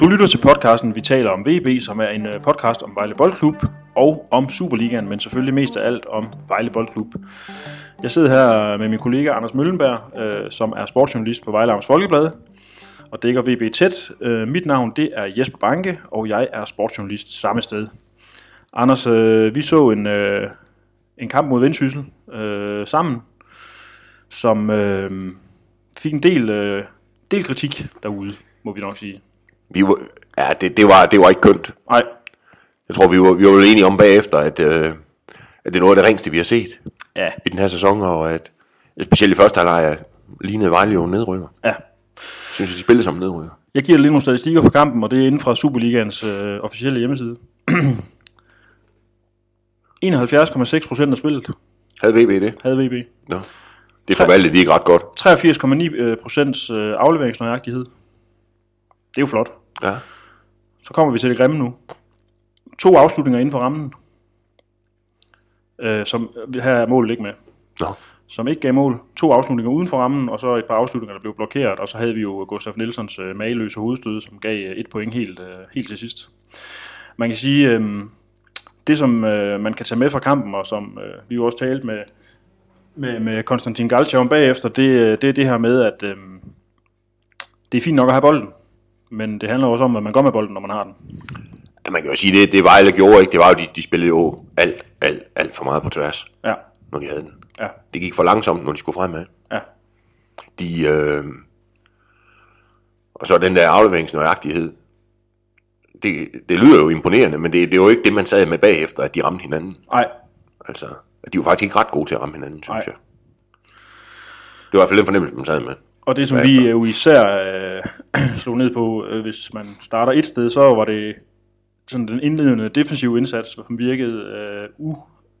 Du lytter til podcasten, vi taler om VB, som er en øh, podcast om Vejle Boldklub og om Superligaen, men selvfølgelig mest af alt om Vejle Boldklub. Jeg sidder her med min kollega Anders Møllenberg, øh, som er sportsjournalist på Vejle Amts Folkeblad og dækker VB tæt. Øh, mit navn det er Jesper Banke, og jeg er sportsjournalist samme sted. Anders, øh, vi så en, øh, en kamp mod Vendsyssel øh, sammen, som øh, fik en del, øh, del kritik derude, må vi nok sige. Vi var, ja, det, det, var, det var ikke kønt. Nej, Jeg tror, vi var, vi var vel enige om bagefter, at, øh, at det er noget af det ringste, vi har set ja, i den her sæson, og at specielt i første halvleg lignede Vejle jo en nedrykker. ja. Jeg synes, de spillede som en nedrykker. Jeg giver dig lige nogle statistikker for kampen, og det er inden fra Superligans øh, officielle hjemmeside. 71,6 procent af spillet Havde VB det? havde VB. Nå. Det forvaltede de ikke ret godt. 83,9 øh, procents øh, afleveringsnøjagtighed. Det er jo flot. Ja. Så kommer vi til det grimme nu. To afslutninger inden for rammen, øh, som her er målet ikke med. Nå. som ikke gav mål. To afslutninger uden for rammen, og så et par afslutninger, der blev blokeret. Og så havde vi jo Gustaf Nielsens øh, mageløse hovedstød, som gav øh, et point helt, øh, helt til sidst. Man kan sige, øh, det som øh, man kan tage med fra kampen, og som øh, vi jo også talte med, med, med Konstantin Galcha om bagefter, det, øh, det er det her med, at øh, det er fint nok at have bolden, men det handler også om, hvad man gør med bolden, når man har den. Ja, man kan jo sige, det, det Vejle gjorde ikke, det var jo, de, de spillede jo alt, alt, alt for meget på tværs, Ja, når de havde den. ja, Det gik for langsomt, når de skulle fremad. ja, De, øh, og så den der afleveringsnøjagtighed. Det, det lyder jo imponerende, men det, det er jo ikke det, man sad med bagefter, at de ramte hinanden. nej, Altså, at de var faktisk ikke ret gode til at ramme hinanden, synes Nej. Nej. jeg. Det var i hvert fald den fornemmelse, man sad med. Og det, som Hvad vi efter? øh, jo især øh, slog ned på, øh, hvis man starter et sted, så var det sådan den indledende defensive indsats, som virkede øh, u,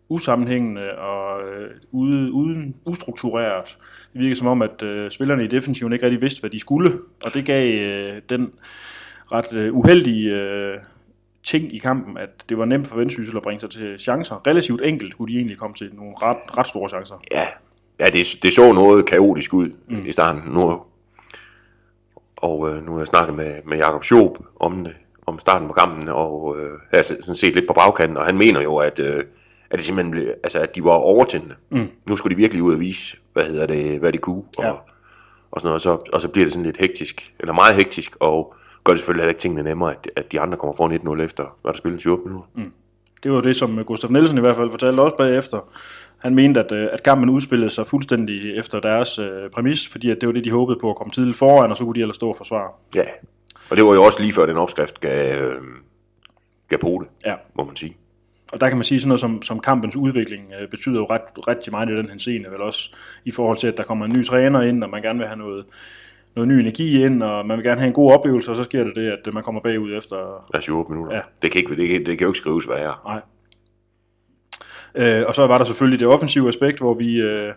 usammenhængende og øh, ude, uden ustruktureret. Det virkede som om, at øh, spillerne i defensiven ikke rigtig vidste, hvad de skulle, og det gav øh, den ret øh, uheldige øh, ting i kampen, at det var nemt for Vendsyssel at bringe sig til chancer. Relativt enkelt kunne de egentlig komme til nogle ret, ret store chancer. Ja, ja det, det så noget kaotisk ud mm. i starten. Nu, og øh, nu har jeg snakket med, med Jakob Schob om, det, om starten på kampen, og øh, jeg har sådan set lidt på bagkanten, og han mener jo, at, øh, at, det simpelthen, blev- altså, at de var overtændende. Mm. Nu skulle de virkelig ud og vise, hvad, hedder det, hvad de kunne, og, Ja. ja. og, sådan noget, og, så, og så bliver det sådan lidt hektisk, eller meget hektisk, og gør det selvfølgelig heller ikke tingene nemmere, at, at de andre kommer foran 1-0 efter, hvad der spilles i 8 minutter. Det var det, som Gustaf Nielsen i hvert fald fortalte også bagefter. Han mente, at, øh, at kampen udspillede sig fuldstændig efter deres øh, præmis, fordi at det var det, de håbede på at komme tidligt foran, og så kunne de ellers stå og forsvare. Ja, og det var jo også lige før den opskrift gav, øh, gav på det, Ja. må man sige. Og der kan man sige sådan noget som, som kampens udvikling øh, betyder jo ret, rigtig meget i den her scene, vel også i forhold til, at der kommer en ny træner ind, og man gerne vil have noget, noget ny energi ind, og man vil gerne have en god oplevelse, og så sker det det, at øh, man kommer bagud efter, Altså 8 minutter. Ja. Ja. Det, kan ikke, det, kan, det kan jo ikke skrives værre. Nej. Øh, og så var der selvfølgelig det offensive aspekt, hvor vi, øh,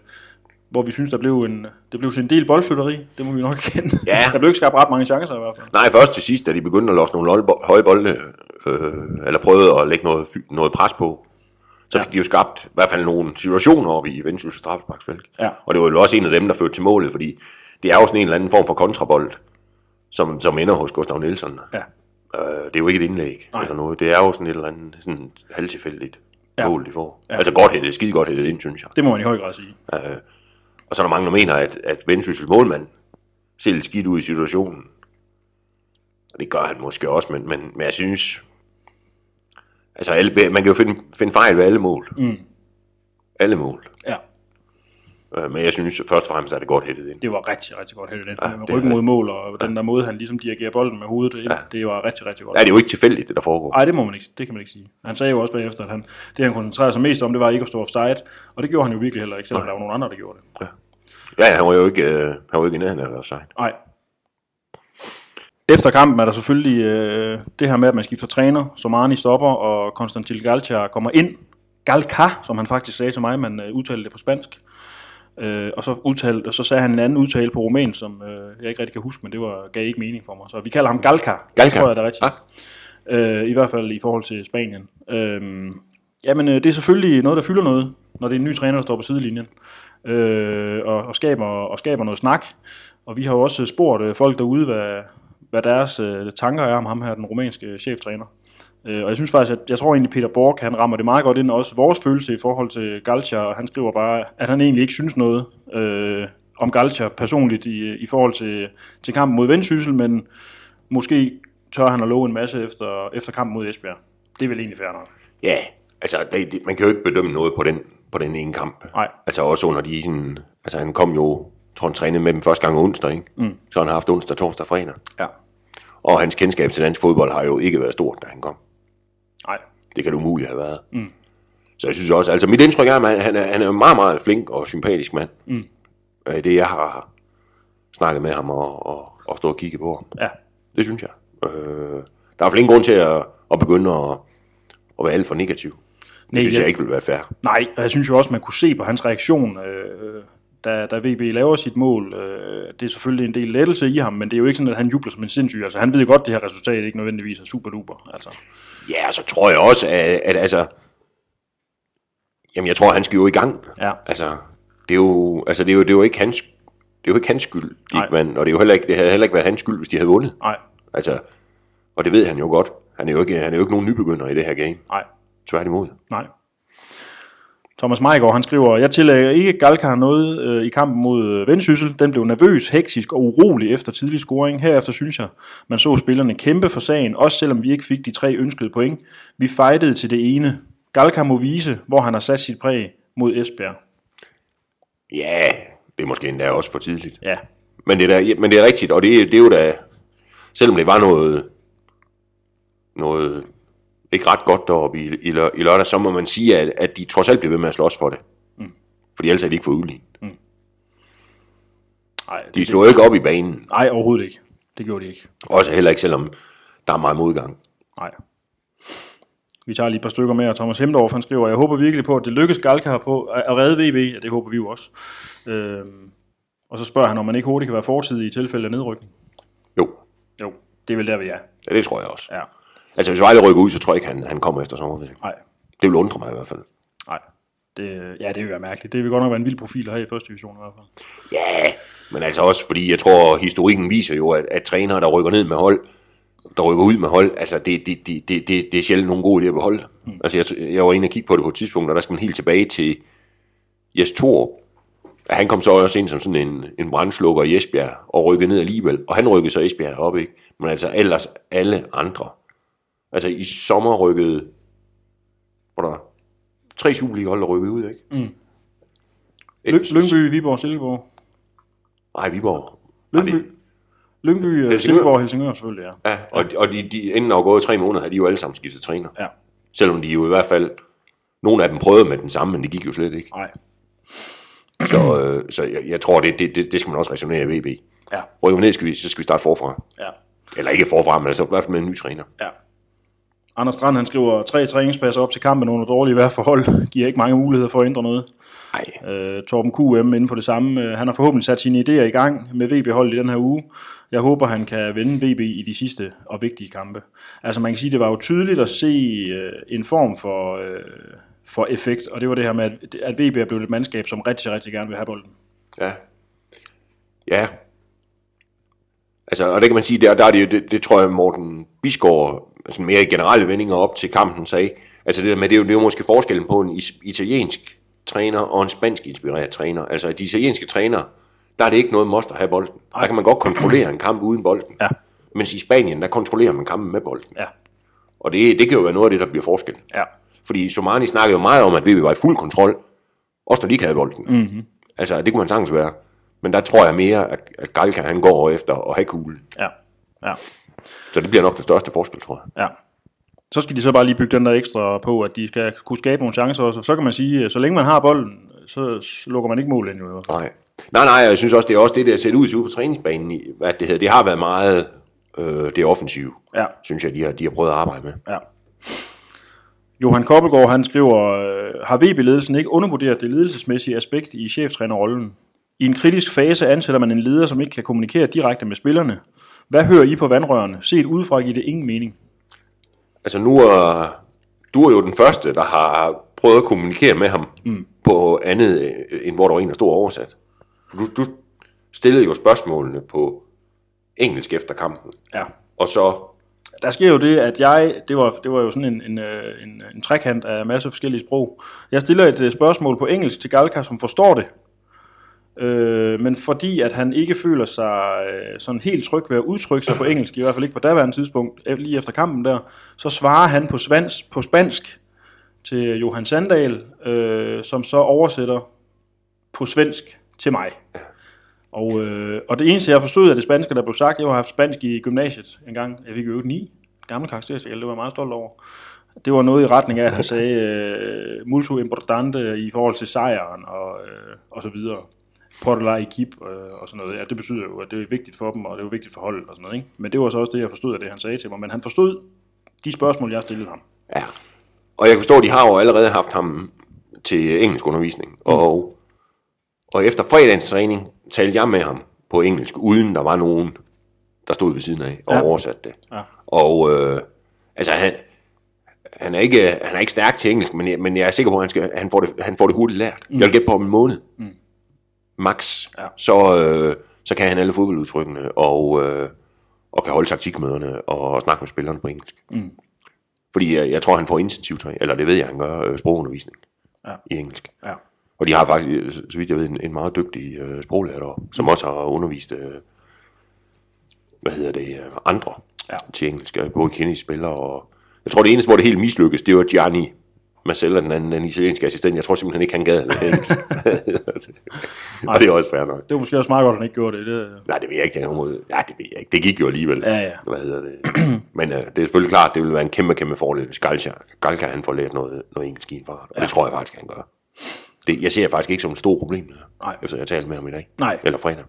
hvor vi synes, der blev en, det blev til en del boldflytteri. Det må vi nok kende. Ja. Der blev ikke skabt ret mange chancer i hvert fald. Nej, først til sidst, da de begyndte at losse nogle lolbo- høje bolde, øh, eller prøvede at lægge noget, fy- noget pres på, så Ja. ja. fik de jo skabt i hvert fald nogle situationer oppe i Vendsyssel straffesparksfelt. Ja. Og det var jo også en af dem, der førte til målet, fordi det er jo sådan en eller anden form for kontrabold, som, som ender hos Gustav Nielsen. Ja. Øh, det er jo ikke et indlæg Nej. Nej. eller noget. Det er jo sådan et eller andet sådan halvtilfældigt Ja. ja. mål, de får. Ja. Ja. Altså godt hættet, skide godt hættet ind, synes jeg. Det må man i høj grad sige. Øh, og så er der mange, der mener, at, at Vendsyssel målmand ser lidt skidt ud i situationen. Og det gør han måske også, men, men, men jeg synes... Altså, alle, man kan jo finde, finde fejl ved alle mål. Mm. Alle mål. Ja. Øh, men jeg synes, først og fremmest er det godt hættet ind. Det var rigtig, rigtig godt hættet. Ja, Ja, med det er ryggen det. mod mål, og den der måde, han ligesom dirigerer bolden med hovedet, det, ja. Ja. det var rigtig, rigtig godt. Ja, det er jo ikke tilfældigt, det der foregår. Nej, det må man ikke, det kan man ikke sige. Han sagde jo også bagefter, at han, det han koncentrerede sig mest om, det var ikke at stå offside, og det gjorde han jo virkelig heller ikke, selvom der var nogen andre, der gjorde det. Ja, ja, han var jo ikke, øh, han var jo ikke i nærheden af at være offside. Nej. Efter kampen er der selvfølgelig øh, det her med, at man skifter træner. Somani stopper, og Konstantin Galcha kommer ind. Galka, som han faktisk sagde til mig, man øh, udtalte det på spansk. Øh, og så, udtalte, og så sagde han en anden udtale på roman, som øh, jeg ikke rigtig kan huske, men det var, gav ikke mening for mig. Så vi kalder ham Galka. Galka. Tror jeg, det er rigtigt. Ah. Øh, I hvert fald i forhold til Spanien. Øh, jamen, øh, det er selvfølgelig noget, der fylder noget, når det er en ny træner, der står på sidelinjen. Øh, og, og, skaber, og skaber noget snak. Og vi har jo også spurgt øh, folk derude, hvad, hvad deres øh, tanker er om ham her, den rumænske cheftræner. Øh, og jeg synes faktisk, at jeg tror egentlig, Peter Borg han rammer det meget godt ind, også vores følelse i forhold til Galcia, og han skriver bare, at han egentlig ikke synes noget øh, om Galcia personligt i, i forhold til, til kampen mod Vendsyssel, men måske tør han at love en masse efter, efter kampen mod Esbjerg. Det er vel egentlig fair nok. Ja, altså det, det, man kan jo ikke bedømme noget på den, på den ene kamp. Nej. Altså også under de, sådan, altså han kom jo, tror han trænede med dem første gang onsdag, ikke? Mm. Så han har haft onsdag, torsdag og fredag. Ja. Og hans kendskab til dansk fodbold har jo ikke været stort, da han kom. Nej. Det kan det umuligt have været. Mm. Så jeg synes også, altså mit indtryk er, at han- han er, han er en meget, meget flink og sympatisk mand. Mm. Det jeg har snakket med ham og, og, og stået og kigget på ham. Ja. Det synes jeg. Øh, der er vel ingen grund til at, at begynde at, at være alt for negativ. Nej, Det synes jeg- jeg ikke vil være fair. Nej, og jeg synes jo også, man kunne se på hans reaktion, øh, da, da VB laver sit mål. Øh, det er selvfølgelig en del lettelse i ham, men det er jo ikke sådan, at han jubler som en sindssyg. Altså, han ved jo godt, at det her resultat ikke nødvendigvis er super duper. Altså, Ja, og så tror jeg også, at, at altså... Jamen, jeg tror, han skal jo i gang. Ja. Altså, det er jo, altså, det er jo, det er jo ikke hans... Det er jo ikke hans skyld, de Nej. ikke vandt, og det, er jo heller ikke, det havde heller ikke været hans skyld, hvis de havde vundet. nej, Altså, og det ved han jo godt. Han er jo ikke, han er jo ikke nogen nybegynder i det her game. nej, Tværtimod. nej. Thomas Meigård, han skriver, jeg tillægger ikke Galkar noget øh, i kampen mod øh, Vendsyssel. Den blev nervøs, heksisk og urolig efter tidlig scoring. Herefter synes jeg, man så spillerne kæmpe for sagen, også selvom vi ikke fik de tre ønskede point. Vi fejtede til det ene. Galkar må vise, hvor han har sat sit præg mod Esbjerg. Ja, det er måske endda også for tidligt. Ja, Men det er, da, ja, men det er rigtigt, og det, er- det er jo da... Selvom det var noget... Noget ikke ret godt deroppe i, i, lø- i lørdag, så må man sige, at, at de trods alt bliver ved med at slås for det. Mm. Fordi ellers er de ikke fået udlignet. nej, De stod jo ikke op i banen. Nej, overhovedet ikke. Det gjorde de ikke. Også heller ikke, selvom der er meget modgang. Nej. Vi tager lige et par stykker mere. Thomas Hemdorf, han skriver, jeg håber virkelig på, at det lykkes Galka på at redde VB. Ja, det håber vi jo også. Øhm, og så spørger han, om man ikke hurtigt kan være fortidig i tilfælde af nedrykning. Jo, Jo, det er vel der, vi er. ja, det tror jeg også. Ja. Altså, hvis Vejle rykker ud, så tror jeg ikke, han, han kommer efter sommerferien. Nej, Det vil undre mig i hvert fald. nej. Det, ja, det vil være mærkeligt. Det vil godt nok være en vild profil her i første division i hvert fald. Ja, men altså også fordi, jeg tror, historikken viser jo, at, at trænere, der rykker ned med hold, der rykker ud med hold, altså det, det, det, det, det, det er sjældent nogen gode idé at beholde. Mm. Altså jeg, jeg var inde og kigge på det på et tidspunkt, og der skal man helt tilbage til Jes Thorup. Ja, Han kom så også ind som sådan en, en brandslukker i Esbjerg, og rykkede ned alligevel, og han rykkede så Esbjerg op, ikke? Men altså ellers alle andre. Altså i sommer rykkede, hvor der var tre Superliga-hold, der rykkede ud, ikke? Mm. Ly- Lyngby, Viborg, Silkeborg. Nej, Viborg. Ej, det- Lyngby, Lyngby øh, Helsingør. Silkeborg, Helsingør selvfølgelig, ja. Ja, og, og de, de, inden der var gået tre måneder, havde de jo alle sammen skiftet træner. Ja, Selvom de jo i hvert fald, nogle af dem prøvede med den samme, men det gik jo slet ikke. nej. Så, øh, så jeg, jeg tror, det, det, det, det skal man også resonere i VB. Ja, Rykker vi ned, skal vi, så skal vi starte forfra. ja. Eller ikke forfra, men altså i hvert fald med en ny træner. Ja. Anders Strand, han skriver, tre træningspladser op til kampen under dårlige vejrforhold giver ikke mange muligheder for at ændre noget. Nej. Øh, Torben QM inde på det samme. Øh, han har forhåbentlig sat sine idéer i gang med VB-holdet i den her uge. Jeg håber, han kan vende VB i de sidste og vigtige kampe. Altså man kan sige, det var jo tydeligt at se øh, en form for, øh, for effekt, og det var det her med, at, at VB er blevet et mandskab, som rigtig, rigtig gerne vil have bolden. Ja. Ja. Altså, og det kan man sige, der, der er det, jo- det, det tror jeg, Morten Bisgaard, altså mere i generelle vendinger op til kampen, sagde. Altså det der med, det er jo, det er jo måske forskellen på en is- italiensk træner og en spansk inspireret træner. Altså de italienske træner, der er det ikke noget must at have bolden. Der kan man godt kontrollere en kamp uden bolden. Ja. Mens i Spanien, der kontrollerer man kampen med bolden. Ja, Og det, det kan jo være noget af det, der bliver forskellen. ja, Fordi Somani snakkede jo meget om, at VB var i fuld kontrol, også når de ikke havde bolden. Mm-hmm. Altså, det kunne man sagtens være. Men der tror jeg mere, at, at Galka han går efter at have kuglen. ja, ja. Så det bliver nok den største forskel, tror jeg. Ja. Så skal de så bare lige bygge den der ekstra på, at de skal kunne skabe nogle chancer også. Så kan man sige, at så længe man har bolden, så s- lukker man ikke mål ind. Jo. Nej. Nej, nej, jeg synes også, det er også det, der ser ud til ude på træningsbanen, i- hvad det hedder. Det har været meget øh, det offensive, Ja, synes jeg, de har, de har prøvet at arbejde med. ja. Johan Koppelgaard, han skriver, øh, har VB-ledelsen ikke undervurderet det ledelsesmæssige aspekt i cheftrænerrollen? I en kritisk fase ansætter man en leder, som ikke kan kommunikere direkte med spillerne. Hvad hører I på vandrørene? Set udefra giver det ingen mening. Altså nu er du er jo den første, der har prøvet at kommunikere med ham mm. på andet, øh, end hvor der var en, der stod oversat. Du, du stillede jo spørgsmålene på engelsk efter kampen. Ja. Og så, Der sker jo det, at jeg, det var, det var jo sådan en, en, øh, en, en trekant af masser af forskellige sprog. Jeg stiller et øh, spørgsmål på engelsk til Galka, som forstår det. Øh, men fordi at han ikke føler sig øh, sådan helt tryg ved at udtrykke sig på engelsk, i hvert fald ikke på daværende tidspunkt, e- lige efter kampen der, så svarer han på, svans, på spansk til Johan Sandal, øh, som så oversætter på svensk til mig. Og, øh, og det eneste, jeg forstod af det spanske, der blev sagt, jeg har haft spansk i gymnasiet en gang. Jeg fik jo 9. Gammel karaktersikkel, det var jeg meget stolt over. Det var noget i retning af, at han sagde øh, multo importante i forhold til sejren og, øh, og så videre. Por la equipe øh, og sådan noget. Ja, det betyder jo, at det er vigtigt for dem, og det er jo vigtigt for holdet og sådan noget. Ikke? Men det var så også det, jeg forstod af det, han sagde til mig. Men han forstod de spørgsmål, jeg stillede ham. ja. Og jeg kan forstå, at de har jo allerede haft ham til engelsk undervisning. Mm. Og, og efter fredagens træning talte jeg med ham på engelsk, uden der var nogen, der stod ved siden af og Ja. ja. oversatte det. Ja. Og øh, altså han, han, er ikke, øh, han er ikke stærk til engelsk, men jeg, men jeg er sikker på, at han, skal, han, får, det, han får det hurtigt lært. Mm. Jeg vil gætte på om en måned. Mm. Max. Ja. Så, øh, så kan han alle fodboldudtrykkene, og, øh, og kan holde taktikmøderne og snakke med spillerne på engelsk. Mm. Fordi jeg, jeg tror, han får intensivtræning, eller det ved jeg, han gør øh, sprogundervisning Ja. i engelsk. Ja. Og de har faktisk, øh, så vidt jeg ved, en, en meget dygtig øh, sproglærer deroppe, som også har undervist, øh, hvad hedder det, øh, andre Ja. til engelsk, øh, både kendispillere og... Jeg tror, det eneste, hvor det helt mislykkedes, det var Gianni Marcella, den anden den italienske assistent. Jeg tror simpelthen ikke, han gad. engelsk. og det er også fair nok. Det var måske også meget godt, at han ikke gjorde det. det Nej, det ved jeg ikke. Den her måde. Nej, det ved jeg ikke. Det gik jo alligevel. Ja, ja. Hvad hedder det? Men øh, det er selvfølgelig klart, det vil være en kæmpe, kæmpe fordel, hvis Galka, Galka han får lært noget, noget engelsk i en fart. Og ja. det tror jeg faktisk, han gør. Det, jeg ser det faktisk ikke som et stort problem, det her, Nej. efter jeg talte med ham i dag. Nej. Eller fredag.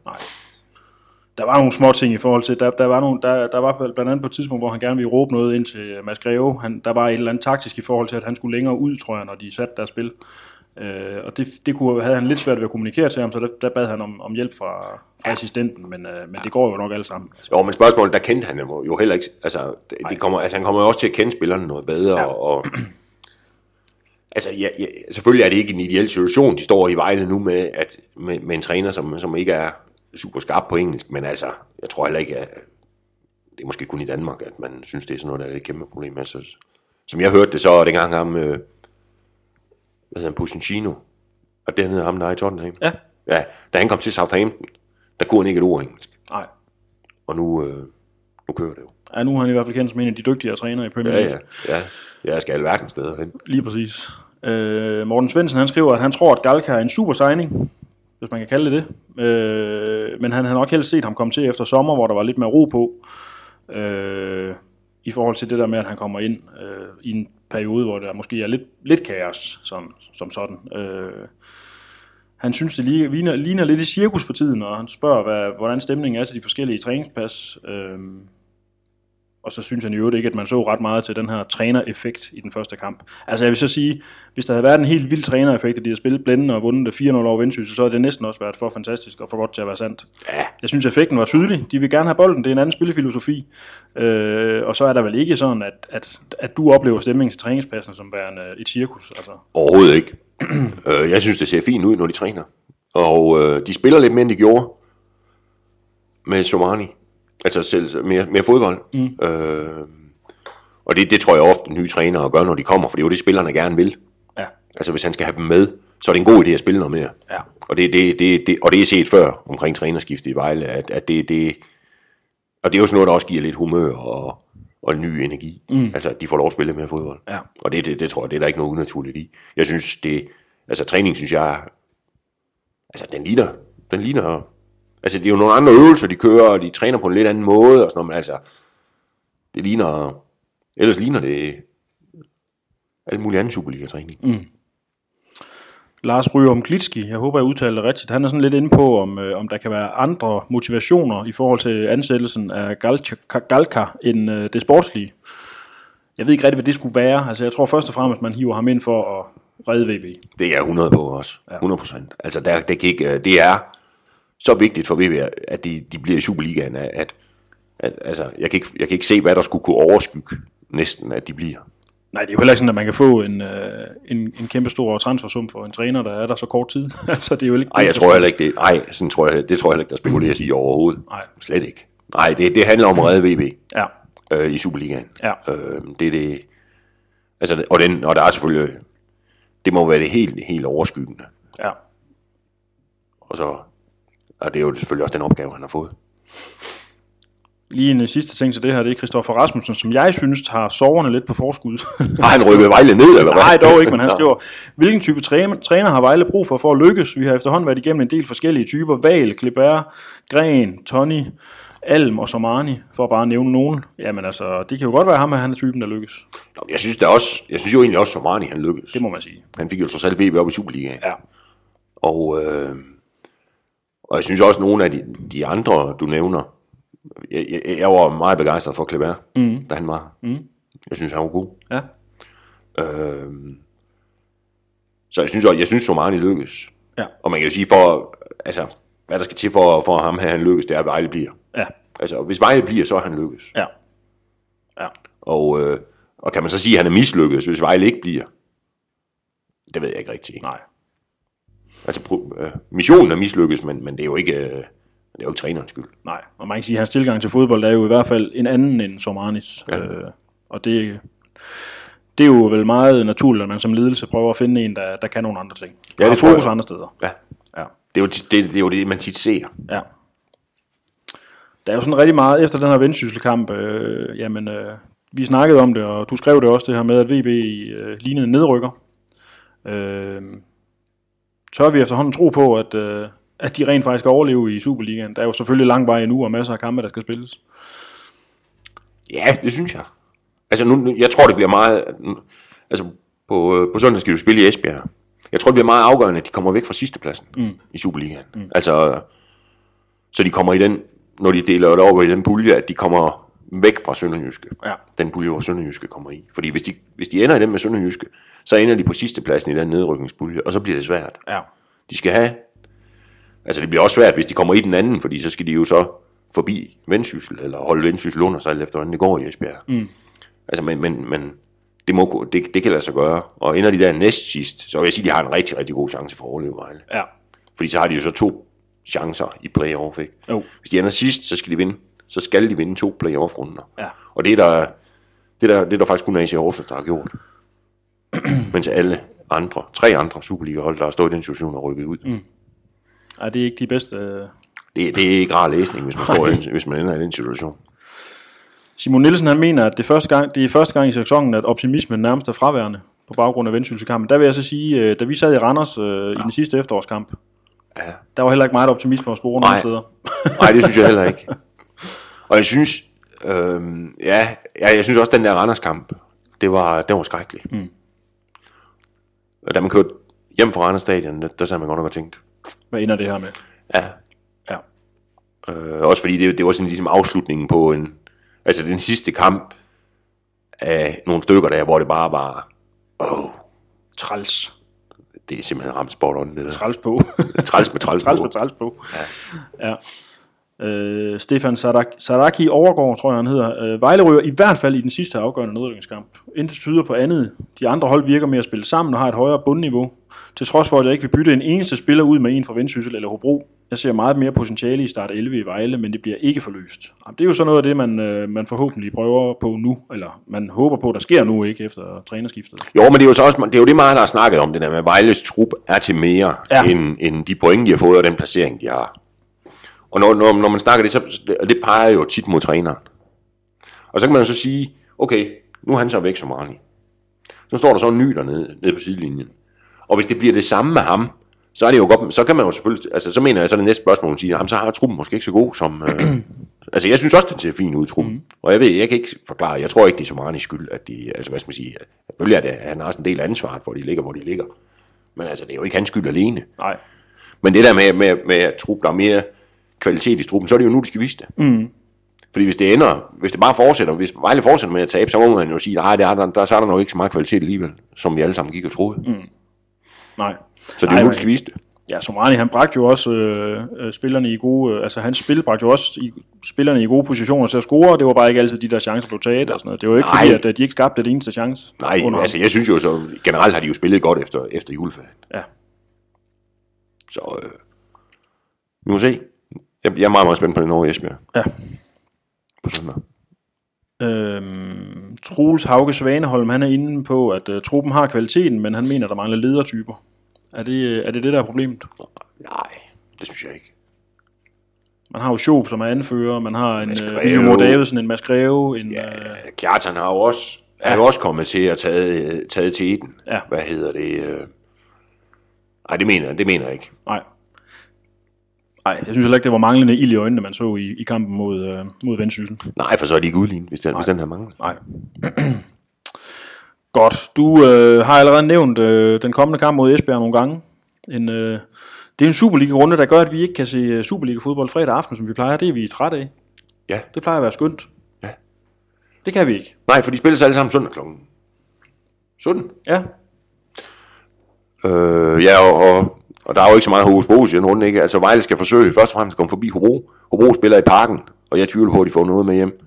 der var nogle små ting i forhold til, der, der, var nogle, der, der var blandt andet på et tidspunkt, hvor han gerne ville råbe noget ind til Mads Greve. Han, der var et eller andet taktisk i forhold til, at han skulle længere ud, tror jeg, når de satte deres spil. Øh, og det, det kunne, havde han lidt svært ved at kommunikere til ham, så der, der bad han om, om hjælp fra, fra assistenten, men, øh, men det går jo nok alle sammen. Altså, Jo, men spørgsmålet, der kendte han jo jo heller ikke. Altså, det, det kommer, altså han kommer jo også til at kende spillerne noget bedre. Ja. Og, altså, ja, ja, selvfølgelig er det ikke en ideel situation, de står i Vejle nu med, at, med, med en træner, som, som ikke er super skarp på engelsk, men altså, jeg tror heller ikke, at det er måske kun i Danmark, at man synes, det er sådan noget, der er et kæmpe problem. Altså, som jeg hørte det så, dengang ham, øh, hvad hedder han, Pusincino, og det hedder ham, der er i Tottenham. ja, Ja, da han kom til Southampton, der kunne han ikke et ord engelsk. nej. Og nu, øh, nu kører det jo. Ja, nu er han i hvert fald kendt som en af de dygtigere trænere i Premier Ja, League. ja, ja. Jeg skal alverken steder hen. Lige præcis. Øh, Morten Svendsen han skriver, at han tror, at Galka er en super signing, hvis man kan kalde det det. Øh, men han havde nok helst set ham komme til efter sommer, hvor der var lidt mere ro på. Øh, I forhold til det der med, at han kommer ind øh, i en periode, hvor der måske er lidt, lidt kaos som, som sådan. Øh, han synes, det ligner, ligner, ligner lidt et cirkus for tiden, og han spørger, hvad, hvordan stemningen er til de forskellige træningspas. Øh, og så synes han i øvrigt ikke, at man så ret meget til den her trænereffekt i den første kamp. Altså jeg vil så sige, hvis der havde været en helt vild trænereffekt, at de havde spillet blændende og vundet det 4-0 over Vendsyssel, så havde det næsten også været for fantastisk og for godt til at være sandt. Ja, Jeg synes, effekten var tydelig. De vil gerne have bolden. Det er en anden spillefilosofi. Øh, og så er der vel ikke sådan, at, at, at du oplever stemningen til træningspladsen som værende et cirkus. Altså, overhovedet ikke. øh, jeg synes, det ser fint ud, når de træner. Og øh, de spiller lidt mere, end de gjorde med Somani. Altså selv mere, mere fodbold. Mm. Øh, og det, det tror jeg ofte nye trænere gør, når de kommer, for det er jo det, spillerne gerne vil. ja, Altså hvis han skal have dem med, så er det en god idé at spille noget mere. ja, Og det, det, det, det, og det er set før omkring trænerskiftet i Vejle, at, at det, det, og det er jo sådan noget, der også giver lidt humør og, og ny energi. Mm. Altså, at de får lov at spille mere fodbold. ja. Og det, det, det tror jeg, det er der ikke noget unaturligt i. Jeg synes, det, altså træning, synes jeg, altså den ligner, den ligner, altså det er jo nogle andre øvelser, de kører, og de træner på en lidt anden måde, og sådan noget, men altså, det ligner, ellers ligner det alt muligt andet Superliga-træning. Mm. Lars Ryum Klitski, jeg håber, jeg udtaler det rigtigt, han er sådan lidt inde på, om, øh, om der kan være andre motivationer i forhold til ansættelsen af Galcha- Galka end øh, det sportslige. Jeg ved ikke rigtig, hvad det skulle være. Altså, jeg tror først og fremmest, man hiver ham ind for at redde VB. Det er jeg 100 på også. 100 procent. Altså, der, der gik, øh, det er så vigtigt for VB, at de, de bliver i Superligaen, at, at, at altså, jeg, kan ikke, jeg kan ikke se, hvad der skulle kunne overskygge næsten, at de bliver. Nej, det er jo heller ikke sådan, at man kan få en, øh, en, en kæmpe stor transfersum for en træner, der er der så kort tid. altså, det er jo ikke Nej, jeg tror heller ikke det. Nej, sådan tror jeg, det tror jeg heller ikke, der spekuleres i overhovedet. Nej. Slet ikke. Nej, det, det handler om at redde VB Ja, øh, i Superligaen. ja. Øh, det er det... Altså, og, den, og der er selvfølgelig... Det må være det helt, helt overskyggende. ja. Og så... Og det er jo selvfølgelig også den opgave, han har fået. Lige en øh, sidste ting til det her, det er Christoffer Rasmussen, som jeg synes har soverne lidt på forskud. Har han rykket Vejle ned, eller hvad? Nej, dog ikke, men han Nå. skriver, hvilken type træ- træner har Vejle brug for for at lykkes? Vi har efterhånden været igennem en del forskellige typer. Val, Kleber, Gren, Tony, Alm og Somani, for at bare nævne nogen. Jamen altså, det kan jo godt være ham, at han er typen, der lykkes. Nå, men Jeg synes, da også, jeg synes jo egentlig også, at Somani han lykkedes. Det må man sige. Han fik jo trods alt VB op i Superligaen. Ja. Og, øh, og jeg synes også, at nogle af de, de andre, du nævner, jeg, jeg, jeg var meget begejstret for Kleber, mm. da han var. Mm. Jeg synes, han var god. Ja. Øh, så jeg synes, også- jeg synes Somani lykkes. Ja. Og man kan jo sige, for, altså, hvad der skal til for, for ham her, han lykkes, det er, at Vejle bliver. Ja. Altså, hvis Vejle bliver, så er han lykkes. Ja. Ja. Og, øh, og kan man så sige, at han er mislykket, hvis Vejle ikke bliver? Det ved jeg ikke rigtigt. Nej. Altså, pro- øh, missionen er mislykkes, men, men det er jo ikke, øh, det er jo ikke trænerens skyld. Nej. Og man kan sige, at hans tilgang til fodbold er jo i hvert fald en anden end Somanis. Ja. Øh, og det, det er jo vel meget naturligt, at man som ledelse prøver at finde en, der, der kan nogle andre ting. Ja, det Og tror fokus jeg. andre steder. Ja. Ja. Det er jo tit- det, det, er jo det man tit ser. Ja. Der er jo sådan rigtig meget efter den her vendsysselkamp. Øh, jamen, øh, vi snakkede om det, og du skrev det også, det her med, at VB øh, lignede en nedrykker. Øh, tør vi efterhånden tro på, at, øh, at de rent faktisk kan overleve i Superligaen? Der er jo selvfølgelig lang vej endnu, og masser af kampe, der skal spilles. Ja, det synes jeg. Altså, nu, nu- jeg tror, det bliver meget... nu- Altså, på, øh, på søndag skal vi spille i Esbjerg. Jeg tror, det bliver meget afgørende, at de kommer væk fra sidstepladsen mm. i Superligaen. Mm. Altså, øh, så de kommer i den, når de deler det over i den pulje, at de kommer væk fra Sønderjyske. Ja. Den pulje, hvor Sønderjyske kommer i. Fordi hvis de, hvis de ender i den med Sønderjyske, så ender de på sidstepladsen i den nedrykningspulje, og så bliver det svært. Ja. de skal have. Altså det bliver også svært, hvis de kommer i den anden, fordi så skal de jo så forbi vendsyssel, eller holde vendsyssel under sig, alt efter hvordan det går i Esbjerg. Mm. Altså, men, men, men det, må, kunne- det, det, kan lade sig gøre. Og ender de der næst sidst, så vil jeg sige, at de har en rigtig, rigtig god chance for at overleve Vejle. Ja. Fordi så har de jo så to chancer i playoff, ikke? Jo. Hvis de ender sidst, så skal de vinde. Så skal de vinde to playoff-runder. Ja. Og det er der, det er der, det er der faktisk kun AC Horsens, der har gjort. Mens alle andre, tre andre Superliga-hold, der har stået i den situation og rykket ud. Mm. Ej, det er ikke de bedste... Øh. Det, det er ikke rar læsning, hvis man, står i den, hvis man ender i den situation. Simon Nielsen han mener, at det er første gang, det er første gang i sæsonen, at optimismen nærmest er fraværende på baggrund af vendsynsekampen. Der vil jeg så sige, øh, da vi sad i Randers øh, i den sidste efterårskamp, Ja. Der var heller ikke meget optimisme at spore Nej. nogen steder. Nej, det synes jeg heller ikke. Og jeg synes, øhm, ja, ja, jeg synes også, den der Randers-kamp, det var, den var skrækkelig. Mm. Og da man kørte hjem fra Randers Stadion, der, der sad man godt nok og tænkte, Hvad ender det her med? ja. Ja. Øh, også fordi det, det var sådan ligesom afslutningen på en, altså den sidste kamp af nogle stykker der, hvor det bare var, åh, oh, Træls. det er simpelthen ramt spot on, det der. Træls på. Træls med træls, træls på. på, træls på. Ja. ja. Øh, Stefan Sadak, Sadaki Overgaard, tror jeg han hedder. Øh, Vejle ryger i hvert fald i den sidste afgørende nedrykningskamp. Intet tyder på andet. De andre hold virker med at spille sammen og har et højere bundniveau. Til trods for, at jeg ikke vil bytte en eneste spiller ud med en fra Vendsyssel eller Hobro. Jeg ser meget mere potentiale i start 11 i Vejle, men det bliver ikke forløst. Jamen, det er jo så noget af det, man, øh, man forhåbentlig prøver på nu, eller man håber på, der sker nu ikke efter trænerskiftet. Jo, men det er jo, så også, det er jo det meget, der har snakket om, det der med, at Vejles trup er til mere, Ja. ja. end, end de point, de har fået, og den placering, de har. Og når, når, når man snakker det, så og det peger jo tit mod træneren. Og så kan man jo så sige, okay, nu er han så væk som Arnie. Så står der så en ny dernede, nede på sidelinjen. Og hvis det bliver det samme med ham, så er det jo godt, så kan man jo selvfølgelig, altså så mener jeg, så er det næste spørgsmål, man siger, jamen, så har truppen måske ikke så god som, øh, altså jeg synes også, den ser fin ud, truppen. Mhm. Mm. Og jeg ved, jeg kan ikke forklare, jeg tror ikke, det er så meget i skyld, at de, altså hvad skal man sige, selvfølgelig er det, at han har også en del af ansvaret, for at de ligger, hvor de ligger. Men altså, det er jo ikke hans skyld alene. Nej, Men det der med, med, med at truppen der er mere kvalitet i truppen, så er det jo nu, de skal vise det. Mm. Mhm. Fordi hvis det ender, hvis det bare fortsætter, hvis Vejle fortsætter med at tabe, så må man jo sige, nej, der, er der, der, så er der nok ikke så meget kvalitet alligevel, som vi alle sammen gik og troede. Mm. nej. Så det er Nej, jo nu, nej. de skal vise det. Ja, Somani, han bragte jo også øh, øh, spillerne i gode, øh, altså hans spil bragte jo også i, spillerne i gode positioner til at score, det var bare ikke altid de der chancer blev taget og sådan noget. Det var jo ikke Nej. fordi, at, at de ikke skabte det eneste chance. Nej, under ham. altså jeg synes jo så, generelt har de jo spillet godt efter, efter juleferien. Ja, Så øh, vi må se. Jeg, jeg er meget, meget spændt på det Norge Esbjerg. ja. på søndag. Øhm, Troels Hauke Svaneholm, han er inde på, at øh, truppen har kvaliteten, men han mener, der mangler ledertyper. Er det, øh, er det det, der er problemet? Nej, det synes jeg ikke. Man har jo Schoop, som er anfører, man har en Mads øh, Greve. William Moore Davidsen, en Mads Greve, en... Ja, Øh, Kjartan har jo også, er jo også kommet til at tage, øh, tage til eten. Ja. Hvad hedder det? øh? Nej, det mener, jeg- det mener jeg ikke. nej. Nej, jeg synes heller ikke, det var manglende ild i øjnene, man så i, i kampen mod, øh, mod Vendsyssel. Nej, for så er de ikke udlignet, hvis den, hvis den her mangler. Nej. Godt. Du øh, har allerede nævnt øh, den kommende kamp mod Esbjerg nogle gange. En, øh, det er en Superliga-runde, der gør, at vi ikke kan se øh, Superliga-fodbold fredag aften, som vi plejer. Det er vi trætte af. Ja. Det plejer at være skønt. Ja. Det kan vi ikke. Nej, for de spiller sig alle sammen søndag klokken 17. Ja. Øh, ja, og, og, og, der er jo ikke så meget hokus pokus i den runde, ikke? Altså Vejle skal forsøge først og fremmest at komme forbi Hobro. Hobro spiller i parken, og jeg tvivler på, at de får noget med hjem.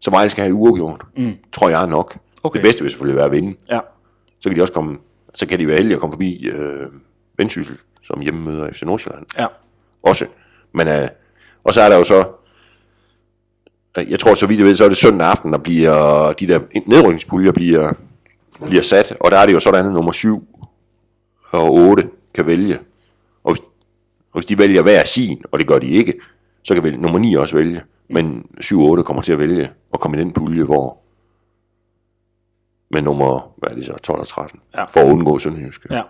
Så Vejle skal have uafgjort, mm. tror jeg nok. Okay. Det bedste vil selvfølgelig være at vinde. Ja. Så kan de også komme, så kan de være heldige at komme forbi øh, Vendsyssel, som hjemmemøder FC Nordsjælland Ja. også. Men, øh, og så er der jo så, øh, jeg tror så vidt jeg ved, så er det søndag aften, der bliver, de der nedrykningspuljer bliver, bliver sat, og der er det jo sådan, at nummer 7 og 8 kan vælge. Og hvis, og hvis de vælger hver sin, og det gør de ikke, så kan vel, nummer 9 også vælge. Men 7 og 8 kommer til at vælge og komme i den pulje, hvor med nummer, hvad er det så, 12 og 13, Ja. for at undgå Sønderjyske. Ja.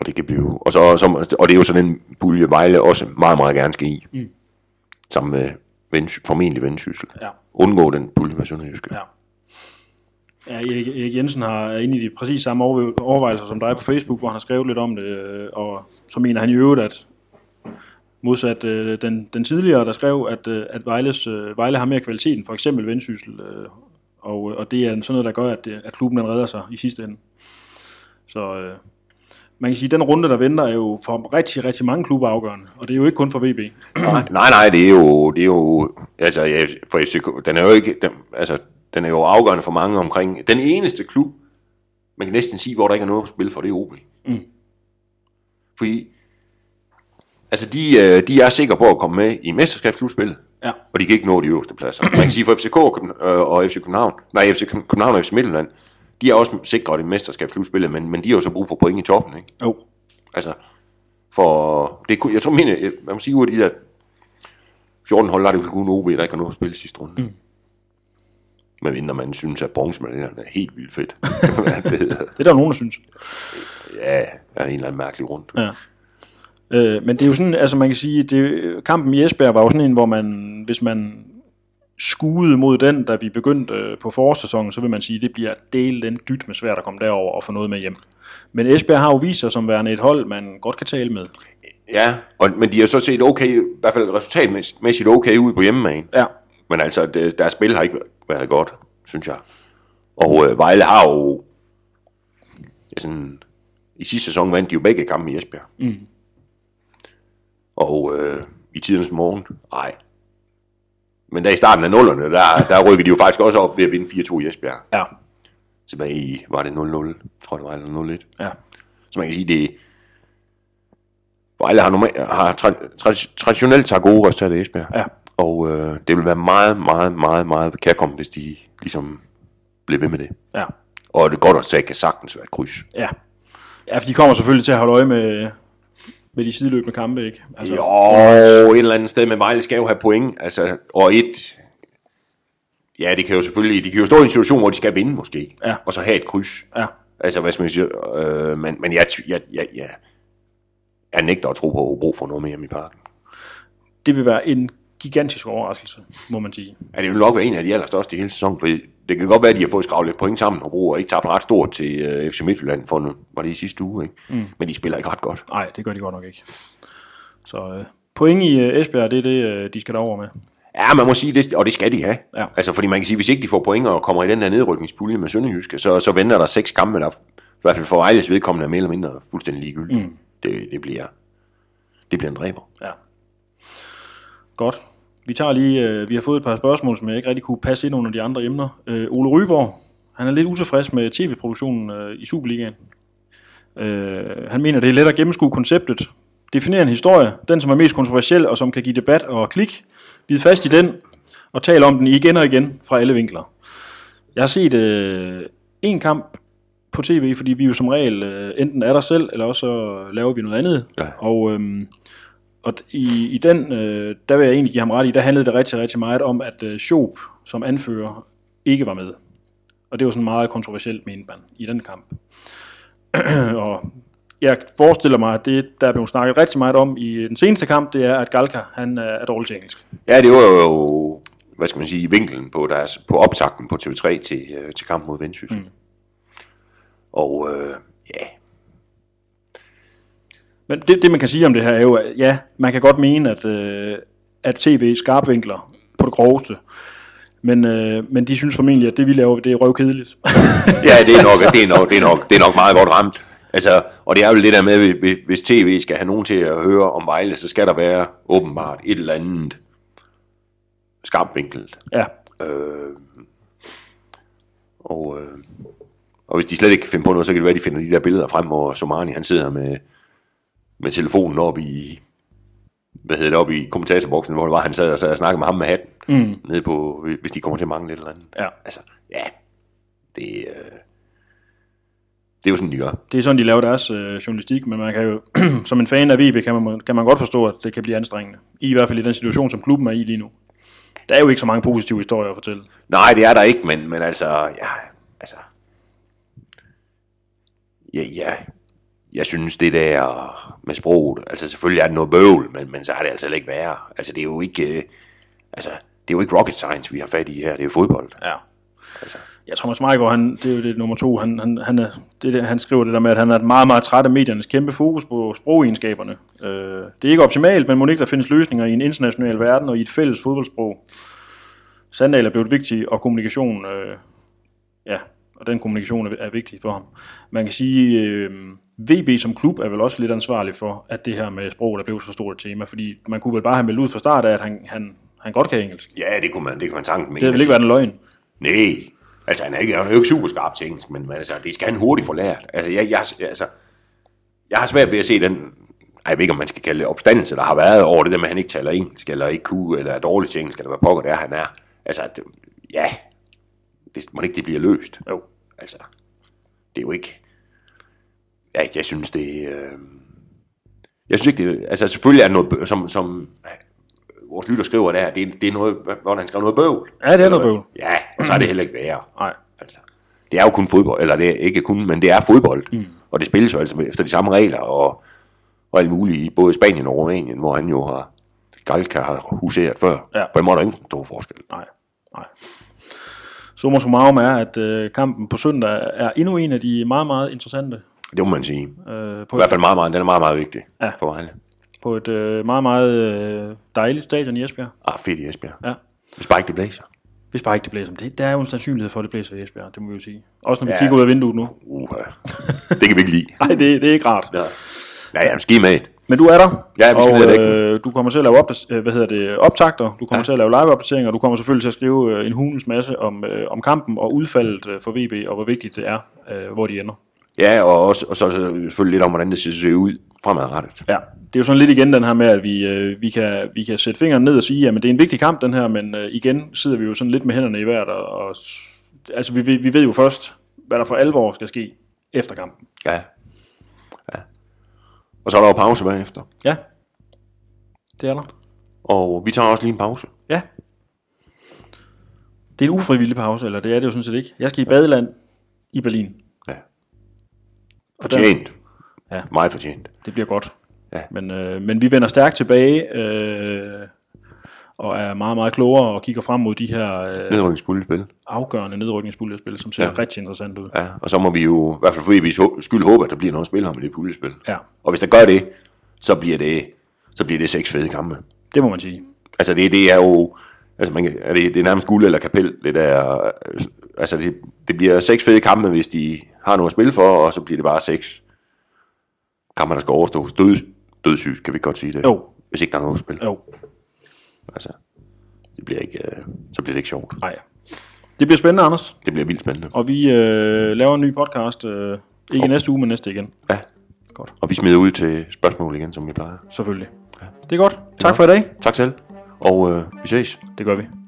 Og det kan blive... Og, så, og, så, og det er jo sådan en pulje, Vejle også meget, meget gerne skal i. Mm. Sammen med Vendsyssel, formentlig Vendsyssel. Ja. Undgå den pulje med Sønderjyske. Ja. Ja, Erik, Erik Jensen har, er inde i de præcis samme overve- overvejelser som dig på Facebook, hvor han har skrevet lidt om det, øh, og så mener han i øvrigt, at modsat øh, den, den tidligere, der skrev, at, øh, at Vejles, øh, Vejle har mere kvalitet end for eksempel Vendsyssel, øh, og, øh, og det er sådan noget, der gør, at, øh, at klubben den redder sig i sidste ende. Så øh, man kan sige, at den runde, der venter, er jo for rigtig, rigtig mange klubber afgørende, og det er jo ikke kun for VB. Nej, nej, nej, det er jo... Det er jo altså, ja, for FCK, den er jo ikke... Den, altså, den er jo afgørende for mange omkring... Den eneste klub, man kan næsten sige, hvor der ikke er noget at spille for, det er OB. Mm. Fordi... Altså, de, øh, de er sikre på at komme med i mesterskabsslutspillet. Ja, og de kan ikke nå de øverste pladser. Man kan sige for FCK og, Køben- øh, og FC København, nej, FC Køben- København og FC Midtjylland, de er også sikret et mesterskabsslutspillet, men, men de har jo så brug for point i toppen, ikke? jo. Altså, for det kunne, jeg tror, mine, jeg- man må sige, ud af de der 14 hold, der er det jo kun OB, der ikke har noget at spille i sidste runde. Mm. Men mindre man synes, at bronzemedaljerne er helt vildt fedt. Hvad det hedder. Det er der nogen, der synes. ja, er en eller anden mærkelig rundt. Ja. Øh, men det er jo sådan, altså man kan sige, det, kampen i Esbjerg var jo sådan en, hvor man, hvis man skuede mod den, da vi begyndte øh, på forårssæsonen, så vil man sige, det bliver del den dyt med svært at komme derover og få noget med hjem. Men Esbjerg har jo vist sig som værende et hold, man godt kan tale med. Ja, og, men de har så set okay, i hvert fald resultatmæssigt okay ud på hjemmebane. Ja, Men altså, det, deres spil har ikke været godt, synes jeg. Og øh, Vejle har jo... Ja, sådan, I sidste sæson vandt de jo begge kampe i Esbjerg. Mm. Og øh, i tidens morgen, nej. Men der i starten af nullerne, der, der rykkede de jo faktisk også op ved at vinde 4-2 i Esbjerg. ja, Tilbage i, var det 0-0, tror jeg det var, eller 0-1. ja, Så man kan sige, det Vejle har, normal, har tra, tra, traditionelt tager gode resultater i Esbjerg. Ja. Og øh, det vil være meget, meget, meget, meget kærkommen, hvis de ligesom bliver ved med det. ja, Og det godt resultat kan sagtens være et kryds. ja. Ja, for de kommer selvfølgelig til at holde øje med, med de sideløbende kampe, ikke? Altså, Jo, et eller andet sted med Vejle skal jo have point. Altså, og et... Ja, det kan jo selvfølgelig... De kan jo stå i en situation, hvor de skal vinde måske. Ja. Og så have et kryds. Ja, Altså, hvad skal man sige? Øh, men, men jeg, tv- jeg, jeg, jeg, jeg nægter at tro på, at Hobro får noget med hjem i parken. det vil være en gigantisk overraskelse, må man sige. Ja, det vil nok være en af de allerstørste i hele sæsonen, for det kan godt være, at de har fået skravet lidt point sammen, Hobro, og ikke tabt ret stort til øh, FC Midtjylland for nu. Var det i sidste uge, ikke? Mm. Men de spiller ikke ret godt. Nej, det gør de godt nok ikke. Så øh, point i øh, Esbjerg, det er det, øh, de skal derover med. Ja, man må sige, det, og det skal de have. Ja. Altså, fordi man kan sige, hvis ikke de får point og kommer i den her nedrykningspulje med Sønderjyske, så, så venter der seks kampe, der i hvert fald for Ejles vedkommende er mere eller mindre fuldstændig ligegyldige. Mm. Det, det, bliver, det bliver en dræber. Ja. Godt. Vi tager lige, øh, vi har fået et par spørgsmål, som jeg ikke rigtig kunne passe ind under de andre emner. Øh, Ole Ryborg, han er lidt utilfreds med tv-produktionen øh, i Superligaen. Øh, han mener, det er let at gennemskue konceptet. Definere en historie, den som er mest kontroversiel og som kan give debat og klik. Bid fast i den, og tale om den igen og igen fra alle vinkler. Jeg har set øh, en kamp på tv, fordi vi jo som regel øh, enten er der selv, eller også så laver vi noget andet. Ja. Og, øhm, og d- i, i den, øh, der vil jeg egentlig give ham ret i, der handlede det rigtig, rigtig meget om, at øh, Schob som anfører ikke var med. Og det var sådan meget kontroversielt, mente man, i den kamp. og jeg forestiller mig, at det, der er blevet snakket rigtig meget om i øh, den seneste kamp, det er, at Galka, han øh, er dårlig til engelsk. Ja, det var jo, hvad skal man sige, vinkelen på, deres, på optakten på TV3 til, øh, til kampen mod Vendsyssel. Mm. Og øh, ja, Men det, det, man kan sige om det her, er jo, at ja, man kan godt mene, at, øh, at tv skarpvinkler på det groveste, men, øh, men de synes formentlig, at det vi laver, det er røvkedeligt. ja det, er nok, det, er nok, det, er nok, det er nok meget godt ramt. Altså, og det er jo det der med, hvis- hvis tv skal have nogen til at høre om Vejle, så skal der være åbenbart et eller andet skarpvinkelt. ja, Øh, og, øh, og hvis de slet ikke kan finde på noget, så kan det være, at de finder de der billeder frem, hvor Somani han sidder med, med telefonen op i hvad hedder det, op i kommentatorboksen, hvor det var, han sad og, sad og snakkede med ham med hatten, mm. nede på, hvis de kommer til at mangle et eller andet. ja, Altså, ja, det, øh, det er jo sådan, de gør. det er sådan, de laver deres øh, journalistik, men man kan jo, som en fan af VB, kan man, kan man godt forstå, at det kan blive anstrengende. I hvert fald i den situation, som klubben er i lige nu. Der er jo ikke så mange positive historier at fortælle. Nej, det er der ikke, men, men altså, ja, altså, ja, ja, jeg synes det der med sproget, altså selvfølgelig er det noget bøvl, men, men så er det altså heller ikke værre. Altså det er jo ikke, øh, altså, det er jo ikke rocket science, vi har fat i her, det er jo fodbold. Ja. Altså. Ja, Thomas Meiggaard, han, det er jo det nummer to, han, han, han, er, det, er det, han skriver det der med, at han er meget, meget træt af mediernes kæmpe fokus på sprogegenskaberne. Øh, det er ikke optimalt, men må ikke der findes løsninger i en international verden og i et fælles fodboldsprog. Sandal er blevet vigtig, og kommunikation, øh, ja, og den kommunikation er, er vigtig for ham. Man kan sige, øh, VB som klub er vel også lidt ansvarlig for, at det her med sprog, der blev så stort et tema, fordi man kunne vel bare have meldt ud fra start af, at han, han, han godt kan engelsk. Ja, det kunne man, det kunne man tanken Det vil ikke være en løgn. Nej, altså han er, ikke, han er jo ikke super skarp til engelsk, men, men altså, det skal han hurtigt få lært. Altså jeg, jeg, altså, jeg har svært ved at se den, ej, jeg ved ikke om man skal kalde det opstandelse, der har været over det der med, at han ikke taler engelsk, eller ikke kunne, eller er dårlig til engelsk, eller hvad pokker det er, han er. Altså, at, ja, det må ikke det bliver løst. Jo. Altså, det er jo ikke, ja, jeg synes det, øh, jeg synes ikke det, altså selvfølgelig er det noget, bø- som, som vores lytter skriver der, det, det er noget, hvor han skrev noget bøvl. Ja, det er noget bøvl. Ja, og så er det heller ikke værre. Nej. Altså, det er jo kun fodbold, eller det er ikke kun, men det er fodbold. Mm. Og det spilles jo altså efter de samme regler, og, og alt muligt, i både Spanien og Rumænien, hvor han jo har, Galka har huseret før. Ja. På en måde er der ingen stor forskel. Nej, nej. Summa summarum er, at øh, kampen på søndag er endnu en af de meget, meget interessante Det må man sige. I øh, på, hvert fald meget, meget, den er meget, meget vigtig Ja. for alle. på et øh, meget, meget øh, dejligt stadion i Esbjerg. Ah, fedt i Esbjerg. Ja. Hvis bare ikke det blæser. Hvis bare ikke det blæser. Men Det, der er jo en sandsynlighed for, at det blæser i Esbjerg, det må vi jo sige. Også når vi Ja. kigger ud af vinduet nu. Uh, det kan vi ikke lide. Nej, det, det er ikke rart. Ja, ja, ja ski med. Men du er der, Ja, vi skal ned og og dække øh, du kommer til at lave opda- øh, hvad hedder det, optagter, du kommer ja. til at lave liveopdateringer, og du kommer selvfølgelig til at skrive øh, en hulens masse om, øh, om kampen og udfaldet øh, for VB, og hvor vigtigt det er, øh, hvor de ender. Ja, og, også, og så selvfølgelig lidt om, hvordan det ser ud fremadrettet. Ja, det er jo sådan lidt igen den her med, at vi, øh, vi, kan, vi kan sætte fingeren ned og sige, at det er en vigtig kamp den her, men øh, igen sidder vi jo sådan lidt med hænderne i vejret, og, og s- altså vi, ved- vi ved jo først, hvad der for alvor skal ske efter kampen. Ja. ja. Og så er der jo pause bagefter. Ja, det er der. Og vi tager også lige en pause. Ja. Det er en ufrivillig pause, eller det er det jo sådan set ikke. Jeg skal i badeland i Berlin. Ja. Fortjent. Ja. Ja. Meget fortjent. Det bliver godt. Ja. Men, øh, men vi vender stærkt tilbage, øh, og er meget, meget klogere og kigger frem mod de her... Øh, Nedrykningspuljespil. afgørende nedrykningspuljespil, som ser ja. Ja. rigtig interessant ud. Ja, og så må vi jo, i hvert fald for EB's hå- skyld, håbe, at der bliver nogle spillere med det puljespil. Ja, Og hvis der gør det, så bliver det, så bliver det seks fede kampe. det må man sige. Altså det, det er jo, altså man, kan- er det, det er nærmest guld eller kapel, det der, øh, altså det, det bliver seks fede kampe, hvis de har noget at spille for, og så bliver det bare seks kampe, der skal overstås. Død, dødssygt, kan vi godt sige det. Jo. Hvis ikke der er noget at spille. Jo, Altså, det bliver ikke, øh, så bliver det ikke sjovt. nej. Det bliver spændende, Anders, Det bliver vildt spændende. og vi øh, laver en ny podcast, øh, ikke oh. næste uge, men næste igen, Ja. Godt. Og vi smider ud til spørgsmål igen, som vi plejer. selvfølgelig. Ja. Det er godt. Tak for i dag. Tak selv, og øh, vi ses. Det gør vi.